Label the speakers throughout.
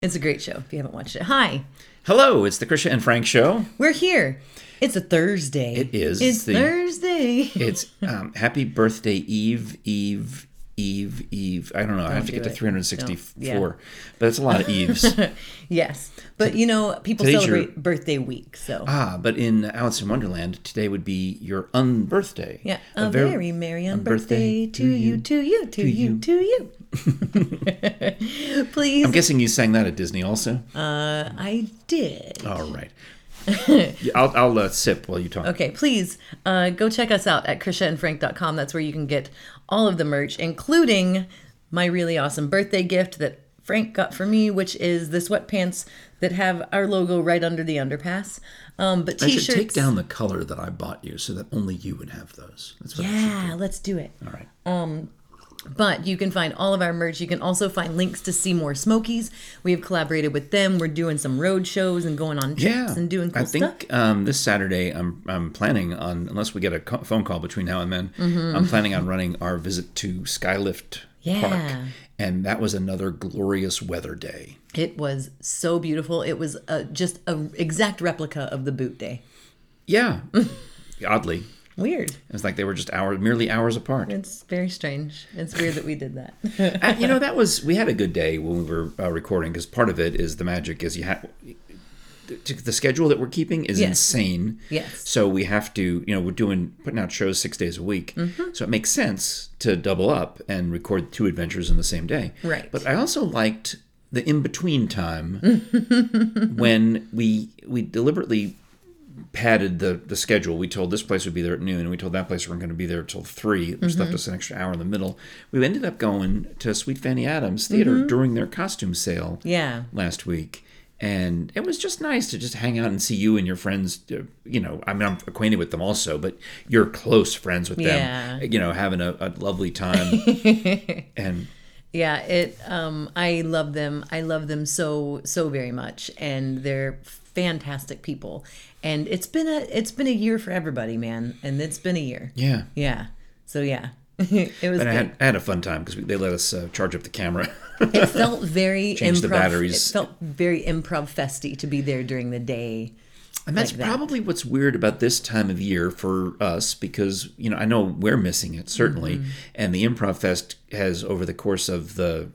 Speaker 1: It's a great show if you haven't watched it. Hi,
Speaker 2: Hello, it's the Krisha and Frank show.
Speaker 1: we're here. It's a Thursday.
Speaker 2: It is
Speaker 1: It's
Speaker 2: the-
Speaker 1: Thursday.
Speaker 2: It's um, happy birthday, Eve, Eve, Eve, Eve. I don't know. I have to
Speaker 1: do
Speaker 2: get to
Speaker 1: it.
Speaker 2: 364,
Speaker 1: Don't-
Speaker 2: but it's a lot of Eves.
Speaker 1: yes. But you know, people
Speaker 2: Today's
Speaker 1: celebrate
Speaker 2: your-
Speaker 1: birthday week. So,
Speaker 2: ah, but in Alice in Wonderland, today would be your unbirthday.
Speaker 1: yeah. A, very, merry
Speaker 2: a
Speaker 1: on birthday, to you, to you, to you,
Speaker 2: you.
Speaker 1: to you. Please.
Speaker 2: I'm guessing you sang that at Disney also.
Speaker 1: uh, I did.
Speaker 2: All right. Yeah, I'll, I'll uh, sip while you talk.
Speaker 1: Okay, please uh, go check us out at KrishaandFrank.com. That's where you can get all of the merch, including my really awesome birthday gift that Frank got for me, which is the sweatpants that have our logo right under the underpass. Um, but
Speaker 2: I
Speaker 1: t
Speaker 2: should
Speaker 1: shirts.
Speaker 2: take down the color that I bought you so that only you would have those. That's what I should
Speaker 1: Yeah, let's do it.
Speaker 2: All right.
Speaker 1: But you can find all of our merch. You can also find links to see more Smokies. We have collaborated with them. We're doing some road shows and going on trips
Speaker 2: yeah,
Speaker 1: and doing cool
Speaker 2: I think
Speaker 1: stuff.
Speaker 2: Um, this Saturday, I'm I'm planning on unless we get a co- phone call between now and then,
Speaker 1: Mm-hmm.
Speaker 2: I'm planning on running our visit to Skylift
Speaker 1: Yeah.
Speaker 2: Park, and that was another glorious weather day.
Speaker 1: It was so beautiful. It was uh, just a exact replica of the boot day.
Speaker 2: Yeah, oddly, it
Speaker 1: Weird.
Speaker 2: was like they were just hours, merely hours apart.
Speaker 1: It's very strange. It's weird that we did that.
Speaker 2: Uh, you know, that was we had a good day when we were uh, recording because part of it is the magic is you have the schedule that we're keeping is
Speaker 1: Yes.
Speaker 2: insane.
Speaker 1: Yes.
Speaker 2: So we have to, you know, we're doing putting out shows six days a week,
Speaker 1: Mm-hmm.
Speaker 2: so it makes sense to double up and record two adventures in the same day.
Speaker 1: Right.
Speaker 2: But I also liked the in between time when we we deliberately padded the the schedule. We told this place would be there at noon, and we told that place we're going to be there till three, which
Speaker 1: Mm-hmm.
Speaker 2: left us an extra hour in the middle. We ended up going to Sweet Fanny Adams Theater
Speaker 1: Mm-hmm.
Speaker 2: during their costume sale
Speaker 1: yeah.
Speaker 2: last week. And it was just nice to just hang out and see you and your friends. uh, You know, I mean, I'm acquainted with them also, but you're close friends with
Speaker 1: Yeah.
Speaker 2: them. You know, having a, a lovely time. and
Speaker 1: Yeah, it um I love them. I love them so so very much and they're fantastic people. And it's been a it's been a year for everybody, man. And it's been a year.
Speaker 2: yeah,
Speaker 1: Yeah. So yeah. it was
Speaker 2: and I
Speaker 1: good.
Speaker 2: had, I had a fun time because they let us uh, charge up the camera.
Speaker 1: it felt very
Speaker 2: Changed
Speaker 1: improv
Speaker 2: the batteries.
Speaker 1: it felt very improv festy to be there during the day.
Speaker 2: And that's
Speaker 1: like that.
Speaker 2: probably what's weird about this time of year for us because, you know, I know we're missing it, certainly. And the Improv Fest has, over the course of the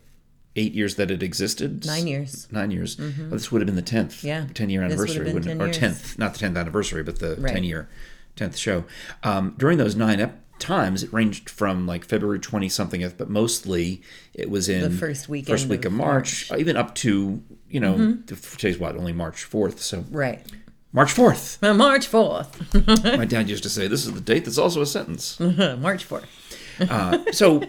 Speaker 2: eight years that it existed,
Speaker 1: 9 years.
Speaker 2: nine years, this would have been the 10th,
Speaker 1: Mm-hmm. Yeah.
Speaker 2: 10 year
Speaker 1: This would have
Speaker 2: anniversary,
Speaker 1: been
Speaker 2: wouldn't
Speaker 1: 10
Speaker 2: it? Or
Speaker 1: years.
Speaker 2: 10th, not the 10th anniversary, but the
Speaker 1: Right.
Speaker 2: 10 year, 10th show. Um, during those nine ep- times, it ranged from like February 20 something, but mostly it was in the
Speaker 1: first weekend
Speaker 2: first week
Speaker 1: of Mm-hmm.
Speaker 2: of March, uh, even up to, you know, the- today's what, only March 4th. So
Speaker 1: Right.
Speaker 2: March 4th.
Speaker 1: Uh, March 4th.
Speaker 2: My dad used to say, "This is the date that's also a sentence."
Speaker 1: March 4th.
Speaker 2: so,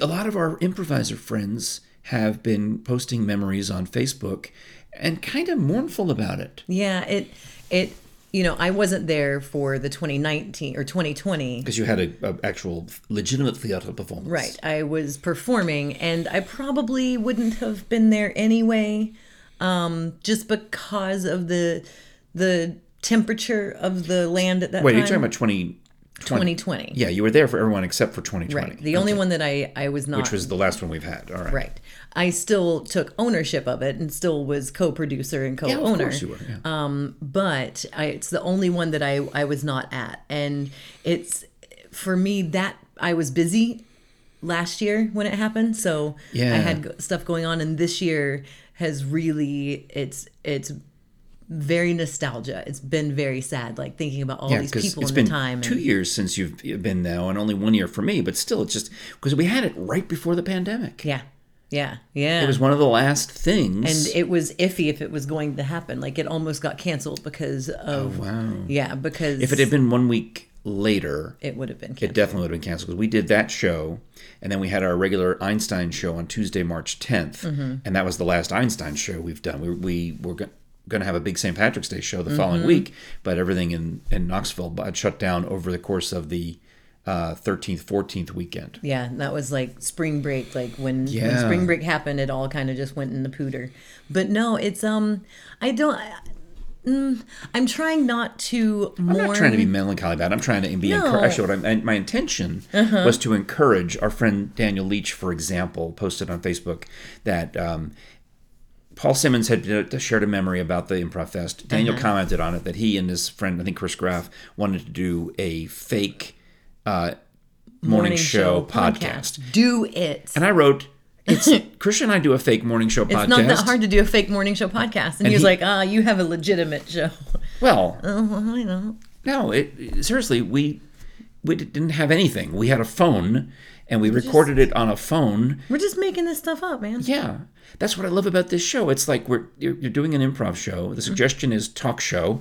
Speaker 2: a lot of our improviser friends have been posting memories on Facebook and kind of mournful about it.
Speaker 1: Yeah, it it you know, I wasn't there for the 2019 or 2020.
Speaker 2: Because you had a, a actual legitimate theater performance,
Speaker 1: Right. I was performing and I probably wouldn't have been there anyway um just because of the the temperature of the land at that
Speaker 2: Wait, are
Speaker 1: time.
Speaker 2: you talking about 2020?
Speaker 1: 2020.
Speaker 2: Yeah, you were there for everyone except for 2020,
Speaker 1: Right. The only one that I I was not
Speaker 2: which was the last one we've had. All right.
Speaker 1: right. I still took ownership of it and still was co-producer and
Speaker 2: Yeah,
Speaker 1: co-owner.
Speaker 2: of course you were. yeah.
Speaker 1: but I, it's the only one that I, I was not at. And it's for me that I was busy last year when it happened. So
Speaker 2: Yeah.
Speaker 1: I had go- stuff going on and this year has really it's it's very nostalgia. It's been very sad like thinking about all
Speaker 2: Yeah,
Speaker 1: these
Speaker 2: 'cause
Speaker 1: people
Speaker 2: it's
Speaker 1: and
Speaker 2: been
Speaker 1: the time
Speaker 2: two
Speaker 1: and
Speaker 2: years since you've been now, and only one year for me. But still, it's just because we had it right before the pandemic.
Speaker 1: yeah. Yeah. Yeah.
Speaker 2: It was one of the last things.
Speaker 1: and it was iffy if it was going to happen. Like it almost got canceled because of
Speaker 2: Oh, wow.
Speaker 1: yeah, because
Speaker 2: If it had been one week later,
Speaker 1: it would have been
Speaker 2: it
Speaker 1: canceled.
Speaker 2: definitely would have been canceled. 'Cause We did that show, and then we had our regular Einstein show on Tuesday, March 10th, and that was the last Einstein show we've done. We, we were going to have a big St. Patrick's Day show the following week, but everything in, in Knoxville had shut down over the course of the uh, 13th, 14th weekend.
Speaker 1: Yeah, and that was like spring break. Like when, when
Speaker 2: Yeah.
Speaker 1: spring break happened, it all kind of just went in the pooter. But no, it's um, I don't. I, mm, I'm trying not to mourn.
Speaker 2: I'm not trying to be melancholy about it. I'm trying to be
Speaker 1: No. Uh-huh.
Speaker 2: encouraged. Actually, what I'm, and my intention was to encourage our friend Daniel Leach, for example, posted on Facebook that um, Paul Simmons had uh, shared a memory about the Improv
Speaker 1: Uh-huh.
Speaker 2: Fest. Daniel commented on it that he and his friend, I think Chris Graff, wanted to do a fake uh, morning, show, podcast.
Speaker 1: Do it.
Speaker 2: And I wrote, "It's Christian and I do a fake morning show podcast."
Speaker 1: It's not that hard to do a fake morning show podcast. And, he was
Speaker 2: he-
Speaker 1: like, ah, you have a legitimate show.
Speaker 2: Well,
Speaker 1: oh, well, I know.
Speaker 2: No, it seriously, we we d- didn't have anything. We had a phone and we recorded it on a phone.
Speaker 1: We're just making this stuff up, man.
Speaker 2: Yeah. That's what I love about this show. It's like we're you're, you're doing an improv show. The suggestion is talk show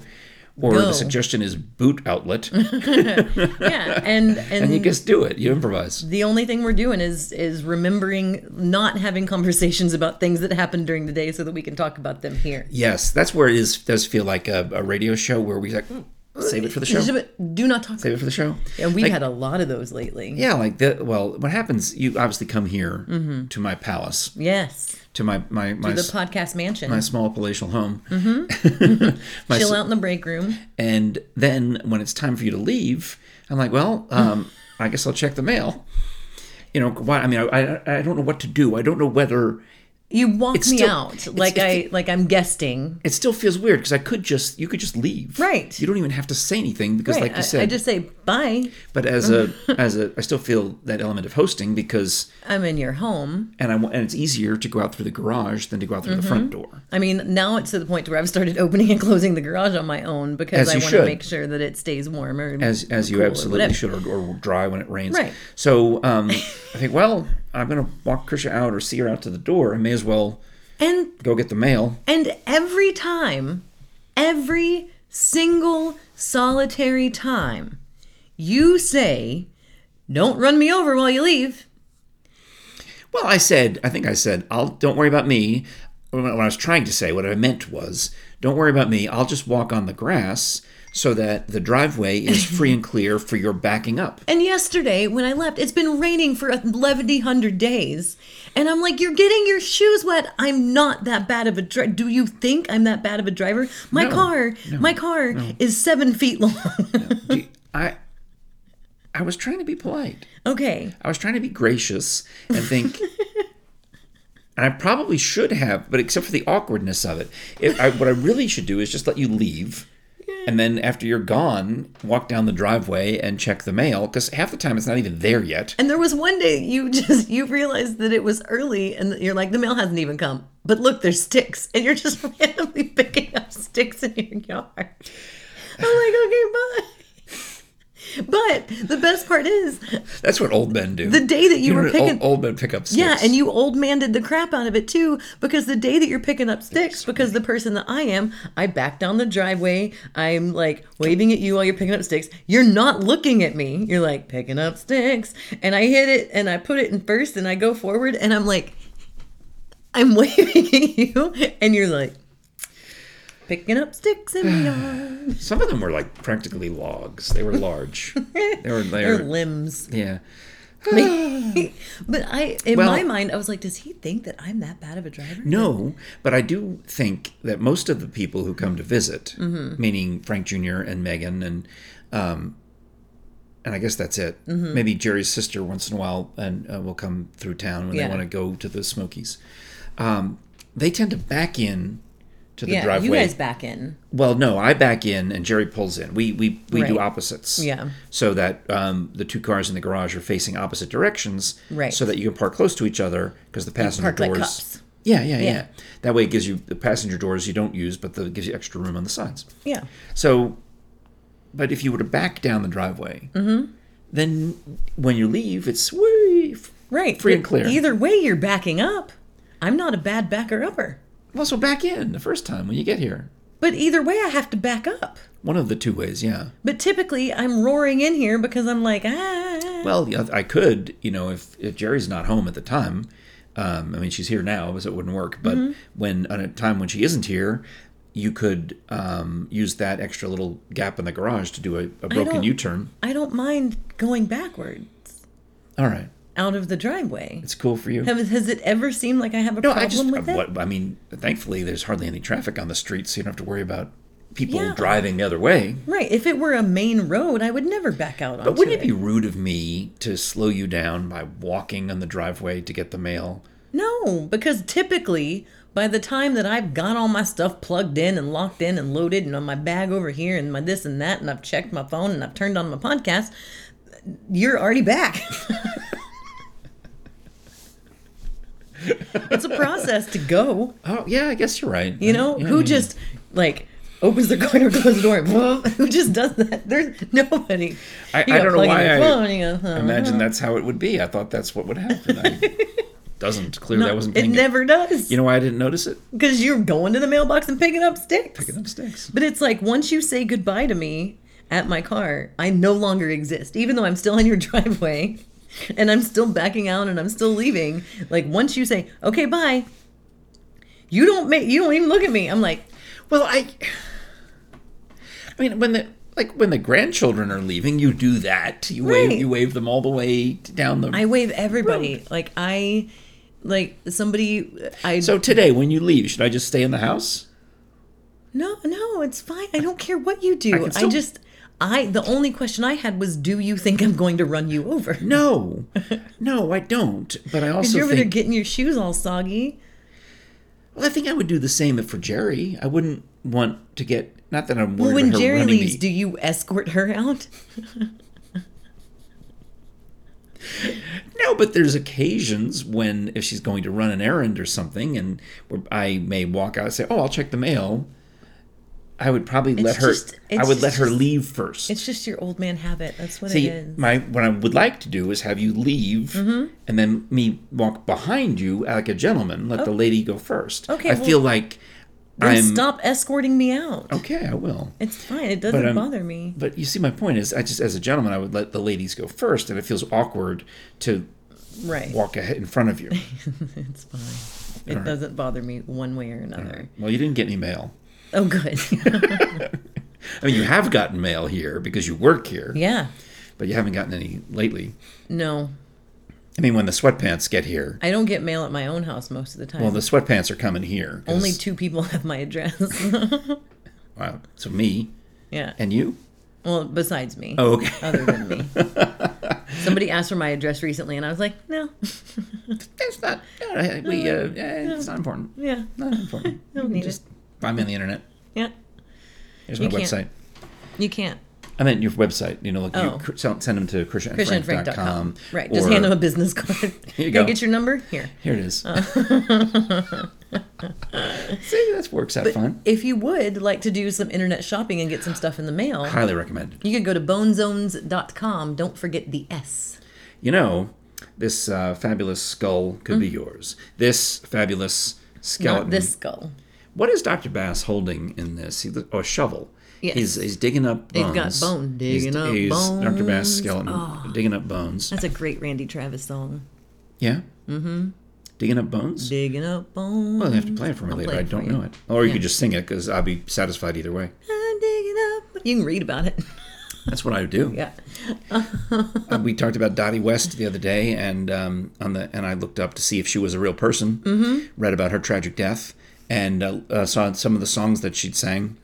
Speaker 2: or
Speaker 1: Go.
Speaker 2: the suggestion is boot outlet
Speaker 1: Yeah. And, and
Speaker 2: and you just do it. You improvise.
Speaker 1: the only thing we're doing is is remembering not having conversations about things that happened during the day so that we can talk about them here.
Speaker 2: Yes, that's where it is does feel like a, a radio show where we like "Mm, save it for the show. Save
Speaker 1: Do not talk.
Speaker 2: it for the show.
Speaker 1: And we've had a lot of those lately.
Speaker 2: Yeah, like that. Well, what happens? You obviously come here to my palace,
Speaker 1: Yes.
Speaker 2: Mm-hmm. to my my my,
Speaker 1: The
Speaker 2: s-
Speaker 1: podcast mansion.
Speaker 2: my small palatial home. my
Speaker 1: Chill out in the break room.
Speaker 2: And then when it's time for you to leave, I'm like, well, um, I guess I'll check the mail. You know, why? I mean, I, I, I don't know what to do. I don't know whether
Speaker 1: You walk me
Speaker 2: still-
Speaker 1: out
Speaker 2: it's-
Speaker 1: like I
Speaker 2: it's-
Speaker 1: like I'm guesting.
Speaker 2: it still feels weird because I could just you could just leave.
Speaker 1: Right.
Speaker 2: You don't even have to say anything because,
Speaker 1: Right.
Speaker 2: like
Speaker 1: I-
Speaker 2: you said,
Speaker 1: I, just say bye.
Speaker 2: but as a as a I still feel that element of hosting because
Speaker 1: I'm in your home.
Speaker 2: and I wa- and it's easier to go out through the garage than to go out through the front door.
Speaker 1: I mean, now it's to the point where I've started opening and closing the garage on my own because
Speaker 2: As
Speaker 1: I
Speaker 2: you
Speaker 1: want to
Speaker 2: should.
Speaker 1: make sure that it stays warm or
Speaker 2: as as you
Speaker 1: cool or
Speaker 2: absolutely
Speaker 1: whatever.
Speaker 2: should, or, or dry when it rains.
Speaker 1: Right.
Speaker 2: So um, I think, well, I'm gonna walk Krisha out or see her out to the door. I may as well
Speaker 1: And
Speaker 2: go get the mail.
Speaker 1: And every time, every single solitary time, you say, Don't run me over while you leave.
Speaker 2: Well, I said, I think I said, I'll don't worry about me. What I was trying to say, what I meant was, don't worry about me. I'll just walk on the grass so that the driveway is free and clear for your backing up.
Speaker 1: And yesterday, when I left, it's been raining for 1,100 days. And I'm like, You're getting your shoes wet. I'm not that bad of a driver. Do you think I'm that bad of a driver? My
Speaker 2: No.
Speaker 1: car, my car is seven feet long.
Speaker 2: Do you- I I was trying to be polite.
Speaker 1: okay.
Speaker 2: I was trying to be gracious and think. and I probably should have, but except for the awkwardness of it, if I, what I really should do is just let you leave. And then after you're gone, walk down the driveway and check the mail because half the time it's not even there yet.
Speaker 1: And there was one day you just you realized that it was early and that you're like the mail hasn't even come. But look, there's sticks, and you're just randomly picking up sticks in your yard. I'm like, okay, bye. But the best part is
Speaker 2: That's what old men do.
Speaker 1: the day that you, were
Speaker 2: know,
Speaker 1: picking,
Speaker 2: old, old men pick up sticks.
Speaker 1: yeah, and you old manded the crap out of it too, because the day that you're picking up sticks, because the person that I am, I back down the driveway. I'm like waving at you while you're picking up sticks. You're not looking at me. You're like picking up sticks, and I hit it, and I put it in first, and I go forward, and I'm like, I'm waving at you, and you're like. Picking up sticks in the yard.
Speaker 2: Some of them were like practically logs. They were large. they were they
Speaker 1: Their
Speaker 2: were
Speaker 1: limbs.
Speaker 2: Yeah.
Speaker 1: But I, in
Speaker 2: Well-
Speaker 1: my mind, I was like, does he think that I'm that bad of a driver?
Speaker 2: No, but I do think that most of the people who come to visit,
Speaker 1: Mm-hmm.
Speaker 2: meaning Frank Jr. and Megan, and um, and I guess that's it.
Speaker 1: Mm-hmm.
Speaker 2: Maybe Jerry's sister once in a while, and uh, will come through town when
Speaker 1: Yeah.
Speaker 2: they want to go to the Smokies. Um, they tend to back in to the
Speaker 1: yeah,
Speaker 2: driveway.
Speaker 1: you guys back in.
Speaker 2: well, no, I back in and Jerry pulls in. We we we do
Speaker 1: Right.
Speaker 2: opposites.
Speaker 1: Yeah.
Speaker 2: So that um, the two cars in the garage are facing opposite directions.
Speaker 1: Right.
Speaker 2: So that you can park close to each other because the passenger
Speaker 1: park like
Speaker 2: doors.
Speaker 1: cups.
Speaker 2: Yeah, yeah, yeah,
Speaker 1: Yeah.
Speaker 2: That way it gives you the passenger doors you don't use, but the, it gives you extra room on the sides.
Speaker 1: Yeah.
Speaker 2: So, but if you were to back down the driveway,
Speaker 1: Mm-hmm.
Speaker 2: then when you leave, it's way f-
Speaker 1: Right.
Speaker 2: free
Speaker 1: but
Speaker 2: and clear.
Speaker 1: Either way, you're backing up. I'm not a bad backer upper.
Speaker 2: well, so back in the first time when you get here.
Speaker 1: But either way, I have to back up.
Speaker 2: One of the two ways, yeah.
Speaker 1: But typically, I'm roaring in here because I'm like, ah.
Speaker 2: Well, the oth- I could, you know, if, if Jerry's not home at the time, um, I mean, she's here now, so it wouldn't work. But
Speaker 1: Mm-hmm.
Speaker 2: when at a time when she isn't here, you could um, use that extra little gap in the garage to do a, a broken
Speaker 1: don't-
Speaker 2: U-turn.
Speaker 1: I don't mind going backward
Speaker 2: All right,
Speaker 1: out of the driveway.
Speaker 2: it's cool for you.
Speaker 1: Have, has it ever seemed like I have a
Speaker 2: No,
Speaker 1: problem
Speaker 2: I just,
Speaker 1: with it?
Speaker 2: what, I mean, thankfully, there's hardly any traffic on the streets, so you don't have to worry about people
Speaker 1: Yeah.
Speaker 2: driving the other way.
Speaker 1: Right. If it were a main road, I would never back out onto
Speaker 2: But wouldn't it
Speaker 1: it.
Speaker 2: be rude of me to slow you down by walking on the driveway to get the mail?
Speaker 1: No, because typically By the time that I've got all my stuff plugged in and locked in and loaded and on my bag over here and my this and that and I've checked my phone and I've turned on my podcast, you're already back. it's a process to go.
Speaker 2: Oh yeah, I guess you're right.
Speaker 1: You know,
Speaker 2: Mm-hmm.
Speaker 1: who just like opens the door or closes the door? and who just does that? There's nobody.
Speaker 2: I-
Speaker 1: You
Speaker 2: I
Speaker 1: gotta
Speaker 2: don't know
Speaker 1: plug in
Speaker 2: why
Speaker 1: your
Speaker 2: I-
Speaker 1: phone, you go, huh.
Speaker 2: imagine that's how it would be. I thought that's what would happen. I doesn't clearly. I wasn't
Speaker 1: it
Speaker 2: paying.
Speaker 1: never does.
Speaker 2: you know why I didn't notice it?
Speaker 1: because you're going to the mailbox and picking up sticks.
Speaker 2: Picking up sticks.
Speaker 1: But it's like once you say goodbye to me at my car, I no longer exist, even though I'm still in your driveway and I'm still backing out and I'm still leaving. Like once you say, okay, bye, you don't make, you don't even look at me. I'm like,
Speaker 2: Well, I. I mean, when the like when the grandchildren are leaving, you do that. You
Speaker 1: Right.
Speaker 2: wave. You wave them all the way down the.
Speaker 1: I wave everybody. Like I, like somebody, I,
Speaker 2: so today, when you leave, should I just stay in the house?
Speaker 1: no, no, it's fine. I don't care what you do. I,
Speaker 2: can still-
Speaker 1: just, I, the only question I had was, do you think I'm going to run you over?
Speaker 2: No, no, I don't. But I also
Speaker 1: You're over
Speaker 2: think
Speaker 1: there getting your shoes all soggy.
Speaker 2: Well, I think I would do the same if for Jerry. I wouldn't want to get. Not that I'm worried
Speaker 1: When
Speaker 2: about her
Speaker 1: Jerry
Speaker 2: running
Speaker 1: leaves,
Speaker 2: me.
Speaker 1: do you escort her out?
Speaker 2: No, but there's occasions when if she's going to run an errand or something, and where I may walk out and say, "Oh, I'll check the mail." I would probably let her.
Speaker 1: just- it's
Speaker 2: I would let
Speaker 1: just-
Speaker 2: her leave first.
Speaker 1: It's just your old man habit. That's what
Speaker 2: See,
Speaker 1: it is. Mm-hmm.
Speaker 2: my what I would like to do is have you leave, and then me walk behind you like a gentleman. Let the lady go first.
Speaker 1: Oh. Okay,
Speaker 2: I
Speaker 1: well-
Speaker 2: feel like
Speaker 1: And
Speaker 2: I'm
Speaker 1: stop escorting me out.
Speaker 2: okay. I will.
Speaker 1: It's fine. It doesn't
Speaker 2: I'm-
Speaker 1: bother me.
Speaker 2: But you see, my point is, I just as a gentleman, I would let the ladies go first, and it feels awkward to
Speaker 1: Right.
Speaker 2: walk ahead in front of you.
Speaker 1: It's fine. It doesn't bother me one way or another.
Speaker 2: well, you didn't get any mail.
Speaker 1: Oh, good.
Speaker 2: I mean, you have gotten mail here because you work here,
Speaker 1: yeah.
Speaker 2: but you haven't gotten any lately.
Speaker 1: No,
Speaker 2: I mean, when the sweatpants get here,
Speaker 1: I don't get mail at my own house most of the time.
Speaker 2: well, the sweatpants are coming here. 'cause-
Speaker 1: Only two people have my address.
Speaker 2: Wow. So me
Speaker 1: yeah.
Speaker 2: and you.
Speaker 1: Well, besides me.
Speaker 2: Oh, okay.
Speaker 1: Other than me. Somebody asked for my address recently, and I was like, no.
Speaker 2: That's not. uh, we. Uh, uh, it's not important.
Speaker 1: Yeah.
Speaker 2: Not important.
Speaker 1: Don't need
Speaker 2: Just
Speaker 1: it.
Speaker 2: find me on the internet.
Speaker 1: Yeah.
Speaker 2: Here's my
Speaker 1: You can't-
Speaker 2: website.
Speaker 1: You can't.
Speaker 2: I meant your website. You know, like
Speaker 1: Oh.
Speaker 2: you cr- send send them to christianandfrank.com.
Speaker 1: ChristianFrank.com. Right. Just
Speaker 2: or-
Speaker 1: hand them a business card. Can
Speaker 2: Here you
Speaker 1: I
Speaker 2: go.
Speaker 1: get your number? Here.
Speaker 2: Here it is. See, that works out fine.
Speaker 1: If you would like to do some internet shopping and get some stuff in the mail,
Speaker 2: Highly recommended.
Speaker 1: you could go to bonezones.com. Don't forget the S.
Speaker 2: You know, this uh, fabulous skull could be yours. This fabulous skeleton.
Speaker 1: Mm. Not this skull.
Speaker 2: What is Dr. Bass holding in this? He, oh, a shovel.
Speaker 1: Yes.
Speaker 2: He's, he's digging up
Speaker 1: He's
Speaker 2: bones.
Speaker 1: got bone, digging up
Speaker 2: Dr.
Speaker 1: bones.
Speaker 2: Bass
Speaker 1: Oh.
Speaker 2: skeleton digging up bones.
Speaker 1: That's a great Randy Travis song.
Speaker 2: Yeah? Mm-hmm. Digging up bones?
Speaker 1: Digging up bones.
Speaker 2: well, they have to play it for me
Speaker 1: play
Speaker 2: later.
Speaker 1: it
Speaker 2: I
Speaker 1: for
Speaker 2: don't
Speaker 1: you.
Speaker 2: know it. Or you could just sing it because I'll be satisfied either way.
Speaker 1: I'm digging up. You can read about it.
Speaker 2: That's what I do.
Speaker 1: yeah.
Speaker 2: Uh, we talked about Dottie West the other day, and um, on the and I looked up to see if she was a real person. Mm-hmm. Read about her tragic death, and uh, uh, saw some of the songs that she'd sang.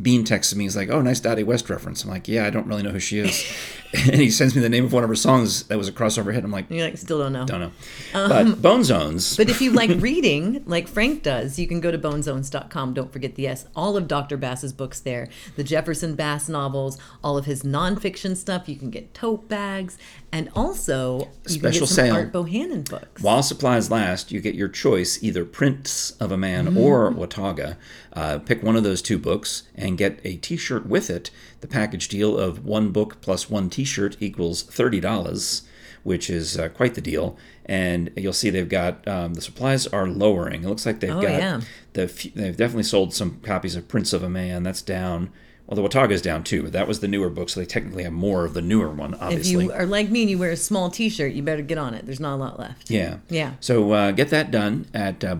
Speaker 2: Bean texted me. He's like, "Oh, nice Dottie West reference." I'm like, "Yeah, I don't really know who she is," and he sends me the name of one of her songs that was a crossover hit. I'm like,
Speaker 1: You like still don't know.
Speaker 2: "Don't know," but Bone Zones.
Speaker 1: But if you like reading, like Frank does, you can go to bonezones.com. Don't forget the S. All of Dr. Bass's books there the Jefferson Bass novels, all of his nonfiction stuff. You can get tote bags, and also you can
Speaker 2: Special
Speaker 1: get some
Speaker 2: sale.
Speaker 1: Art Bohannon books.
Speaker 2: While supplies last, you get your choice either Prince of a Man
Speaker 1: Mm-hmm.
Speaker 2: or Watauga. Uh, pick one of those two books and get a t shirt with it. The package deal of one book plus one t shirt equals $30, which is uh, quite the deal. And you'll see they've got um, the supplies are lowering. It looks like they've got
Speaker 1: Oh, yeah.
Speaker 2: the f- they've definitely sold some copies of Prince of a Man. That's down. Well, the Watauga's down too, but that was the newer book, so they technically have more of the newer one,
Speaker 1: If
Speaker 2: obviously.
Speaker 1: you are like me and you wear a small t shirt, you better get on it. There's not a lot left.
Speaker 2: Yeah.
Speaker 1: Yeah.
Speaker 2: So uh, get that done at uh,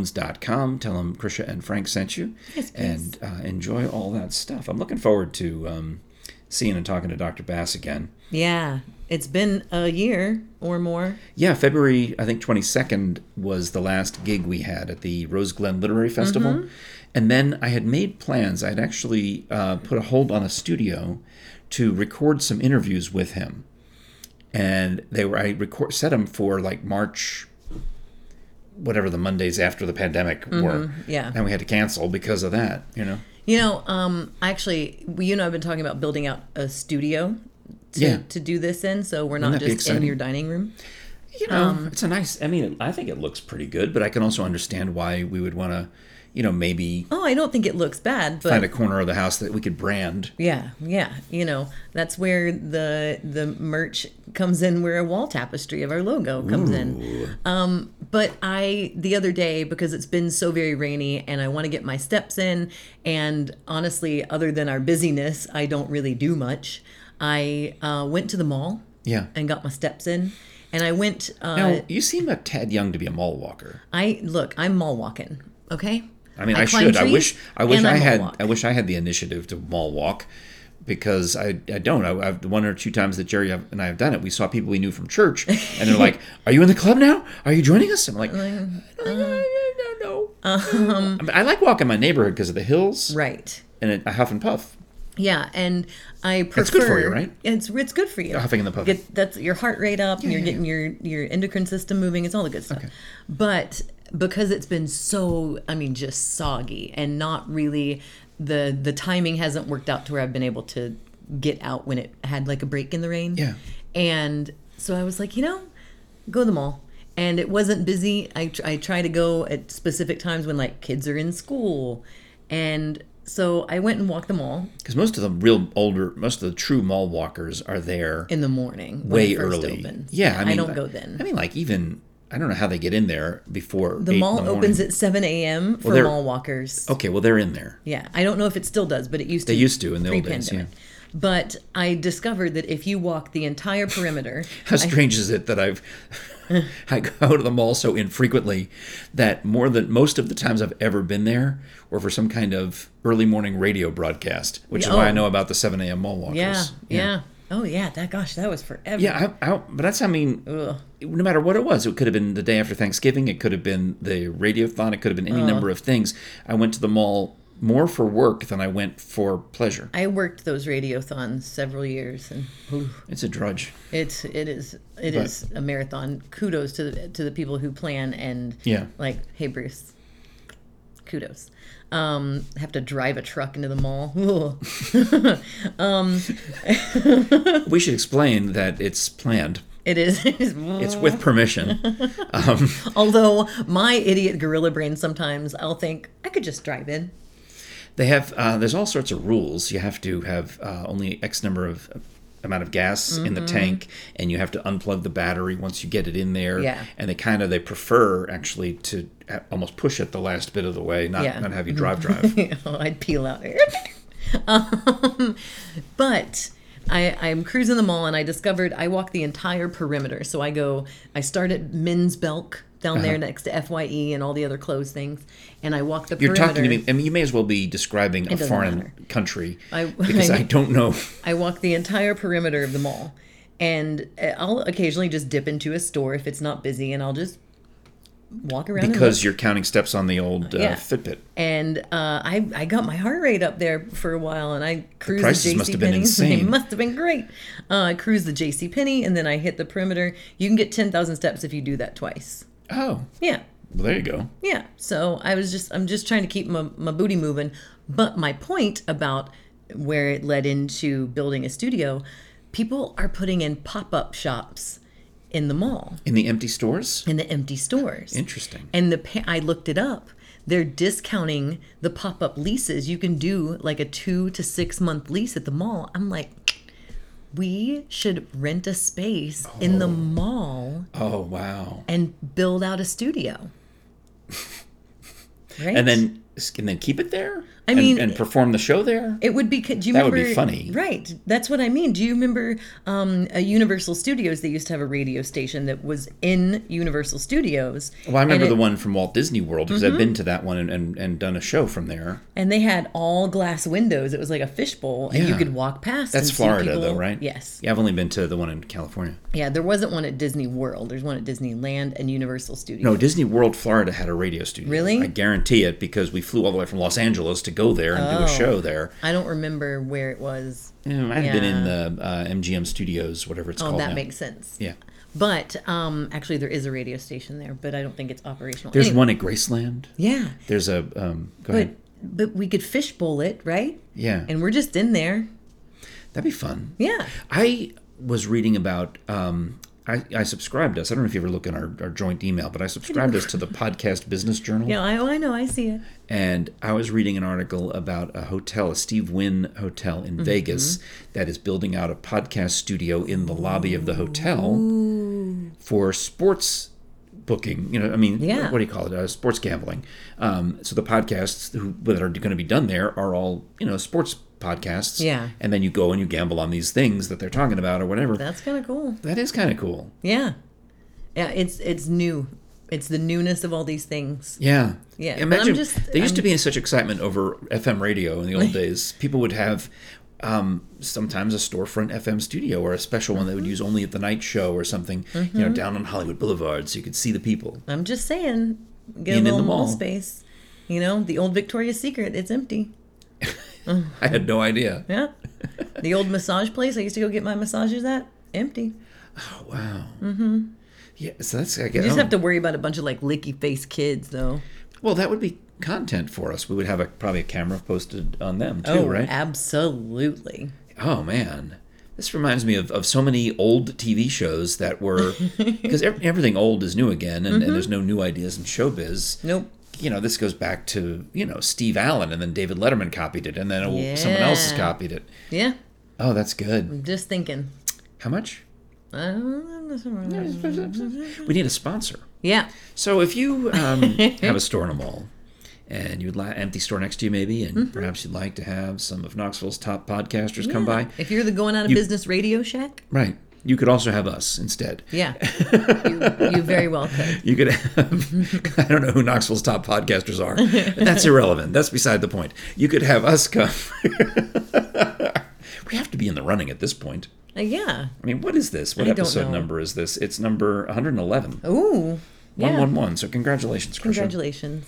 Speaker 2: bonezones.com. Tell them Krisha and Frank sent you.
Speaker 1: Yes, please.
Speaker 2: And uh, enjoy all that stuff. I'm looking forward to um, seeing and talking to Dr. Bass again.
Speaker 1: Yeah. It's been a year or more.
Speaker 2: Yeah, February, I think 22nd was the last gig we had at the Rose Glen Literary Festival. And then I had made plans. I had actually uh, put a hold on a studio to record some interviews with him. And they were, I record, set them for like March whatever the Mondays after the pandemic were.
Speaker 1: yeah.
Speaker 2: And we had to cancel because of that, you know?
Speaker 1: You know, um, actually, you know, I've been talking about building out a studio to,
Speaker 2: Yeah.
Speaker 1: to do this in, so we're not
Speaker 2: Wouldn't that be
Speaker 1: just in
Speaker 2: exciting?
Speaker 1: your dining room.
Speaker 2: You know, Um, it's a nice, I mean, I think it looks pretty good, but I can also understand why we would want to, you know, maybe
Speaker 1: Oh, I don't think it looks bad, but
Speaker 2: find a corner of the house that we could brand.
Speaker 1: yeah, yeah, you know, that's where the the merch comes in, where a wall tapestry of our logo comes in. Um,
Speaker 2: Ooh.
Speaker 1: But I the other day because it's been so very rainy and I want to get my steps in and honestly other than our busyness I don't really do much. I uh, went to the mall
Speaker 2: Yeah.
Speaker 1: and got my steps in and I went uh,
Speaker 2: Now, you seem a tad young to be a mall walker.
Speaker 1: I look I'm mall walking, okay?
Speaker 2: I mean, I,
Speaker 1: climb
Speaker 2: should. I
Speaker 1: trees
Speaker 2: wish. I wish
Speaker 1: and
Speaker 2: I
Speaker 1: mall
Speaker 2: had.
Speaker 1: walk.
Speaker 2: I wish I had the initiative to mall walk, because I, I don't. I, I've one or two times that Jerry and I have done it. We saw people we knew from church, and they're like, "Are you in the club now? Are you joining us?" I'm like, "I don't know." I, mean, I like walking my neighborhood because of the hills,
Speaker 1: Uh, um, Right.
Speaker 2: and it, I huff and puff.
Speaker 1: Yeah, and I prefer.
Speaker 2: It's good for you, right?
Speaker 1: It's it's good for you.
Speaker 2: Huffing and the puffing.
Speaker 1: Get that's your heart rate up. and you're
Speaker 2: yeah,
Speaker 1: getting your your endocrine system moving. It's all the good stuff. But because it's been so, I mean, just soggy and not really the the timing hasn't worked out to where I've been able to get out when it had like a break in the rain.
Speaker 2: Yeah.
Speaker 1: And so I was like, you know, go to the mall. And it wasn't busy. I, tr- I try to go at specific times when like kids are in school. And so I went and walked the mall
Speaker 2: Because most of the real older, most of the true mall walkers are there
Speaker 1: in the morning when
Speaker 2: way
Speaker 1: it first
Speaker 2: early.
Speaker 1: opens.
Speaker 2: Yeah, I mean,
Speaker 1: don't go then.
Speaker 2: I mean, like even I don't know how they get in there before
Speaker 1: the mall opens at 7 a.m. for
Speaker 2: they're-
Speaker 1: mall walkers.
Speaker 2: Okay, well they're in there.
Speaker 1: Yeah, I don't know if it still does, but it used to.
Speaker 2: They used to in the old days. Yeah.
Speaker 1: pre-pandemic. But I discovered that if you walk the entire perimeter,
Speaker 2: How strange is it that I've I go to the mall so infrequently that more than most of the times I've ever been there were for some kind of early morning radio broadcast, which is why I
Speaker 1: Oh.
Speaker 2: know about the seven a.m. mall walkers.
Speaker 1: yeah, yeah, oh yeah, that gosh, that was forever.
Speaker 2: Yeah, I, I, but that's I mean, no matter what it was, it could have been the day after Thanksgiving, it could have been the radiothon, it could have been any number of things. I went to the mall more for work than I went for pleasure.
Speaker 1: I worked those radiothons several years, and oof,
Speaker 2: It's a drudge.
Speaker 1: it's it is it is a marathon. Kudos to the, to the people who plan and
Speaker 2: Yeah.
Speaker 1: like hey Bruce, kudos. Um, have to drive a truck into the mall. Ugh.
Speaker 2: We should explain that it's planned.
Speaker 1: It is. It is
Speaker 2: It's with permission.
Speaker 1: Although my idiot gorilla brain sometimes I'll think I could just drive in.
Speaker 2: They have uh, there's all sorts of rules. You have to have uh, only X number of uh, amount of gas in
Speaker 1: Mm-hmm.
Speaker 2: the tank, and you have to unplug the battery once you get it in there.
Speaker 1: Yeah.
Speaker 2: And they kind of they prefer actually to a- almost push it the last bit of the way, not
Speaker 1: Yeah.
Speaker 2: not have you drive drive.
Speaker 1: oh, I'd peel out. um, but I, I'm cruising the mall and I discovered I walk the entire perimeter. So I go, I start at Men's Belk down
Speaker 2: Uh-huh.
Speaker 1: there next to FYE and all the other clothes things, and I walk the
Speaker 2: You're
Speaker 1: perimeter.
Speaker 2: talking to me. I mean, you may as well be describing a
Speaker 1: doesn't
Speaker 2: foreign
Speaker 1: matter.
Speaker 2: country
Speaker 1: I-
Speaker 2: because I don't know.
Speaker 1: I walk the entire perimeter of the mall, and uh, I'll occasionally just dip into a store if it's not busy, and I'll just walk around and look.
Speaker 2: Because you're counting steps on the old uh,
Speaker 1: Yeah.
Speaker 2: Fitbit.
Speaker 1: and uh, I I got my heart rate up there for a while, and I cruised
Speaker 2: prices
Speaker 1: the
Speaker 2: must
Speaker 1: JC
Speaker 2: have been
Speaker 1: Penney's. They
Speaker 2: insane.
Speaker 1: must have been great. Uh, I cruised the JC Penney, and then I hit the perimeter. You can get ten thousand steps if you do that twice.
Speaker 2: Oh,
Speaker 1: Yeah,
Speaker 2: well, there you go.
Speaker 1: yeah. So I was just I'm just trying to keep my, my booty moving. But my point about where it led into building a studio, people are putting in pop up shops in the mall
Speaker 2: In the empty stores.
Speaker 1: in the empty stores.
Speaker 2: Interesting.
Speaker 1: And the pa- I looked it up. They're discounting the pop up leases. You can do like a two to six month lease at the mall. I'm like, we should rent a space in the mall
Speaker 2: Oh wow.
Speaker 1: and build out a studio. right?
Speaker 2: And then and then keep it there.
Speaker 1: I
Speaker 2: And-
Speaker 1: mean-
Speaker 2: and perform the show there.
Speaker 1: It would be. Do you
Speaker 2: That would
Speaker 1: remember?
Speaker 2: be funny.
Speaker 1: right? That's what I mean. Do you remember um, at Universal Studios? They used to have a radio station that was in Universal Studios.
Speaker 2: Well, I remember
Speaker 1: and
Speaker 2: the
Speaker 1: it- Mm-hmm.
Speaker 2: one from Walt Disney World because I've been to that one and, and, and done a show from there.
Speaker 1: and they had all glass windows. It was like a fishbowl, and you
Speaker 2: Yeah.
Speaker 1: could walk past.
Speaker 2: That's
Speaker 1: and see
Speaker 2: Florida,
Speaker 1: people-
Speaker 2: though, right?
Speaker 1: Yes.
Speaker 2: Yeah, I've only been to the one in California.
Speaker 1: Yeah, there wasn't one at Disney World. There's one at Disneyland and Universal Studios.
Speaker 2: No, Disney World Florida had a radio studio.
Speaker 1: Really?
Speaker 2: I guarantee it because we flew all the way from Los Angeles to go there and do
Speaker 1: Oh.
Speaker 2: a show there.
Speaker 1: I don't remember where it was.
Speaker 2: Yeah, I've been in
Speaker 1: Yeah.
Speaker 2: the uh, MGM Studios, whatever it's
Speaker 1: Oh,
Speaker 2: called
Speaker 1: that
Speaker 2: now.
Speaker 1: makes sense.
Speaker 2: yeah.
Speaker 1: But um, actually, there is a radio station there, but I don't think it's operational.
Speaker 2: There's
Speaker 1: Anyway,
Speaker 2: one at Graceland.
Speaker 1: Yeah,
Speaker 2: There's a um, go
Speaker 1: but
Speaker 2: ahead.
Speaker 1: but we could fishbowl it, right?
Speaker 2: Yeah,
Speaker 1: And we're just in there.
Speaker 2: that'd be fun.
Speaker 1: Yeah.
Speaker 2: I was reading about. Um, I, I subscribed us. I don't know if you ever look in our, our joint email, but I subscribed us to the podcast business journal.
Speaker 1: Yeah, I, oh, I know. I see it.
Speaker 2: And I was reading an article about a hotel, a Steve Wynn hotel
Speaker 1: Mm-hmm.
Speaker 2: in Vegas, that is building out a podcast studio in the lobby of the hotel for sports booking. You know, I mean,
Speaker 1: Yeah.
Speaker 2: what do you call it? Uh, sports gambling. Um, so the podcasts who, that are going to be done there are all, you know, sports podcasts.
Speaker 1: Yeah.
Speaker 2: And then you go and you gamble on these things that they're talking about or whatever.
Speaker 1: That's kind of cool.
Speaker 2: that is kind of cool.
Speaker 1: Yeah. Yeah, it's it's new. It's the newness of all these things.
Speaker 2: Yeah.
Speaker 1: Yeah, but I'm
Speaker 2: Imagine
Speaker 1: just-
Speaker 2: there used to be such excitement over FM radio in the old days. People would have um, sometimes a storefront FM studio or a special one they
Speaker 1: Mm-hmm.
Speaker 2: would use only at the night show or something, you know, down on Hollywood Boulevard so you could see the people.
Speaker 1: I'm just saying, get
Speaker 2: Being in
Speaker 1: a
Speaker 2: the
Speaker 1: little mall
Speaker 2: mall.
Speaker 1: space. You know, the old Victoria's Secret, it's empty.
Speaker 2: I had no idea.
Speaker 1: Yeah. the old massage place I used to go get my massages at, empty.
Speaker 2: Oh, wow. Mm-hmm. Yeah, so that's I guess.
Speaker 1: You just have to worry about a bunch of like licky faced kids though.
Speaker 2: Well, that would be content for us. We would have a, probably a camera posted on them too,
Speaker 1: oh,
Speaker 2: right?
Speaker 1: absolutely.
Speaker 2: Oh man, this reminds me of, of so many old TV shows that were because ev- everything old is new again, and, and there's no new ideas in showbiz.
Speaker 1: Nope.
Speaker 2: You know, this goes back to you know Steve Allen, and then David Letterman copied it, and then oh, someone else has
Speaker 1: Yeah.
Speaker 2: copied it.
Speaker 1: Yeah.
Speaker 2: Oh, that's good.
Speaker 1: Just thinking.
Speaker 2: How much?
Speaker 1: Uh,
Speaker 2: We need a sponsor.
Speaker 1: Yeah.
Speaker 2: So if you um, have a store in a mall, and you'd like empty store next to you maybe, and perhaps you'd like to have some of Knoxville's top podcasters come by,
Speaker 1: If you're the going out of business radio shack,
Speaker 2: right? You could also have us instead.
Speaker 1: yeah. you, you very well could.
Speaker 2: You could have, I don't know who Knoxville's top podcasters are. That's irrelevant. That's beside the point. You could have us come. we have to be in the running at this point.
Speaker 1: Uh, yeah.
Speaker 2: I mean, what is this? What
Speaker 1: don't
Speaker 2: episode
Speaker 1: know.
Speaker 2: number is this? It's number 111.
Speaker 1: Ooh. Yeah.
Speaker 2: 111. So, congratulations, Christian.
Speaker 1: Congratulations.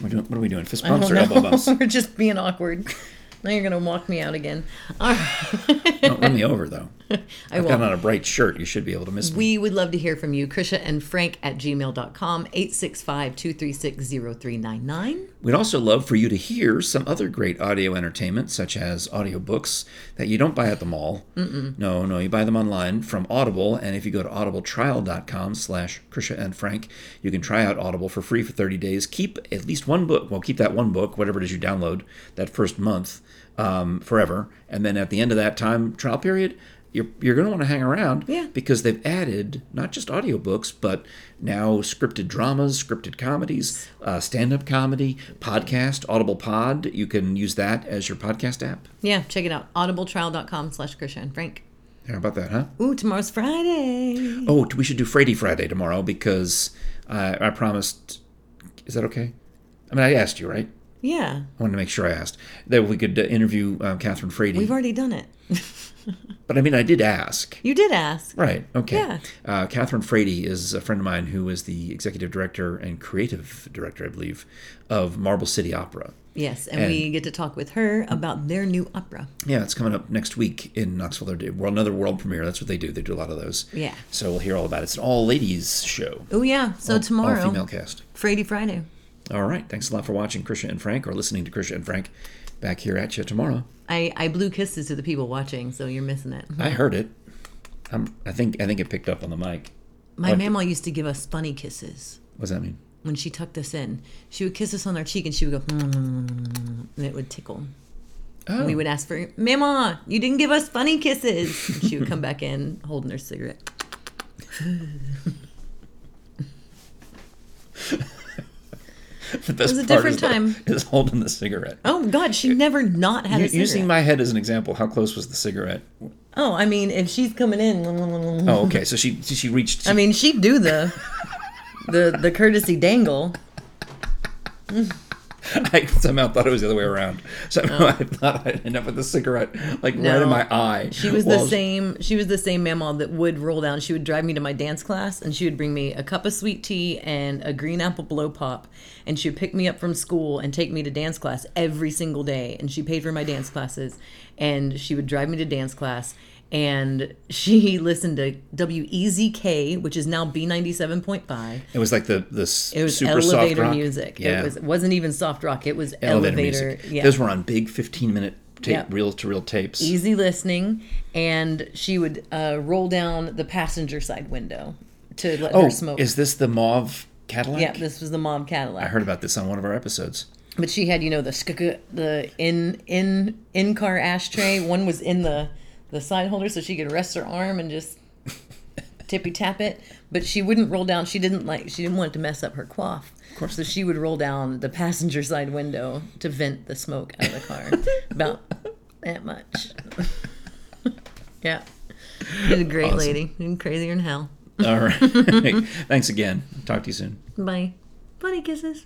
Speaker 2: What, are we doing? Fist
Speaker 1: I
Speaker 2: bumps
Speaker 1: don't
Speaker 2: or elbow bumps?
Speaker 1: know. We're just being awkward. Now you're gonna walk me out again. All right.
Speaker 2: Don't run me over, though.
Speaker 1: I
Speaker 2: Got
Speaker 1: won't.
Speaker 2: on a bright shirt. You should be able to miss me.
Speaker 1: We would love to hear from you. Krisha and Frank at gmail.com, 865 236 0399.
Speaker 2: We'd also love for you to hear some other great audio entertainment, such as audiobooks that you don't buy at the mall. Mm-mm. No, no, you buy them online from Audible. And if you go to audibletrial.com slash Krisha and Frank, you can try out Audible for free for 30 days. Keep at least one book. Well, keep that one book, whatever it is you download that first month, um, forever. And then at the end of that time trial period, you're, you're going to want to hang around
Speaker 1: Yeah.
Speaker 2: because they've added not just audiobooks but now scripted dramas scripted comedies uh, stand-up comedy podcast audible pod you can use that as your podcast app
Speaker 1: Yeah, check it out. Audibletrial.com slash Krisha and Frank.
Speaker 2: how about that huh
Speaker 1: Ooh, tomorrow's Friday.
Speaker 2: oh we should do friday friday tomorrow because uh, i promised is that okay i mean i asked you right
Speaker 1: Yeah,
Speaker 2: i wanted to make sure i asked that we could uh, interview uh, catherine frady
Speaker 1: we've already done it.
Speaker 2: but i mean i did ask
Speaker 1: You did ask.
Speaker 2: Right. Okay.
Speaker 1: Yeah.
Speaker 2: Uh, Catherine Frady is a friend of mine who is the executive director and creative director, I believe, of Marble City Opera.
Speaker 1: Yes, and, we get to talk with her about their new opera.
Speaker 2: Yeah, it's coming up next week in Knoxville. They're doing- Well, another world premiere. That's what they do. They do a lot of those.
Speaker 1: Yeah.
Speaker 2: So we'll hear all about it. It's an all ladies show.
Speaker 1: Oh, yeah. So
Speaker 2: All female
Speaker 1: tomorrow,
Speaker 2: cast.
Speaker 1: Friday, Friday.
Speaker 2: All right. Thanks a lot for watching Krisha and Frank or listening to Krisha and Frank. Back here at you tomorrow.
Speaker 1: I, I blew kisses to the people watching, so you're missing it.
Speaker 2: I heard it. I'm, I think I think it picked up on the mic.
Speaker 1: My
Speaker 2: What?
Speaker 1: mamma used to give us funny kisses.
Speaker 2: What does that mean?
Speaker 1: when she tucked us in, she would kiss us on our cheek and she would go, "Mm," and it would tickle.
Speaker 2: Oh.
Speaker 1: We would ask for, Mama, you didn't give us funny kisses. And she would come back in holding her cigarette.
Speaker 2: the best
Speaker 1: was a
Speaker 2: part is
Speaker 1: different
Speaker 2: the-
Speaker 1: time.
Speaker 2: is holding the cigarette.
Speaker 1: Oh, God, she never not had
Speaker 2: U-
Speaker 1: a cigarette.
Speaker 2: using my head as an example, how close was the cigarette?
Speaker 1: oh, I mean, if she's coming in,
Speaker 2: Oh, okay. So she she she reached.
Speaker 1: I mean, she'd do the the the courtesy dangle.
Speaker 2: I somehow thought it was the other way around. Somehow I thought I'd end up with a cigarette like right
Speaker 1: Oh. No.
Speaker 2: in my eye.
Speaker 1: She was
Speaker 2: while
Speaker 1: the same. She was the same mammal that would roll down. She would drive me to my dance class, and she would bring me a cup of sweet tea and a green apple blow pop, and she would pick me up from school and take me to dance class every single day. And she paid for my dance classes, and she would drive me to dance class. and she listened to WEZK, which is now B97.5.
Speaker 2: It was like the the s-
Speaker 1: It was
Speaker 2: super soft
Speaker 1: elevator
Speaker 2: rock.
Speaker 1: music.
Speaker 2: Yeah.
Speaker 1: It was it wasn't even soft rock. It was
Speaker 2: elevator,
Speaker 1: elevator.
Speaker 2: music.
Speaker 1: Yeah.
Speaker 2: Those were on big 15 minute
Speaker 1: Yeah.
Speaker 2: tape, reel to reel tapes.
Speaker 1: easy listening, and she would uh, roll down the passenger side window to let
Speaker 2: Oh,
Speaker 1: her smoke.
Speaker 2: is this the mauve Cadillac?
Speaker 1: yeah, this was the mom Cadillac.
Speaker 2: I heard about this on one of our episodes.
Speaker 1: but she had you know the skk the in in in car ashtray one was in the the side holder so she could rest her arm and just tippy tap it but she wouldn't roll down she didn't like she didn't want it to mess up her coif of course so she would roll down the passenger side window to vent the smoke out of the car about that much yeah she's a great lady and crazier than hell
Speaker 2: All right. Thanks again. Talk to you soon.
Speaker 1: bye bunny kisses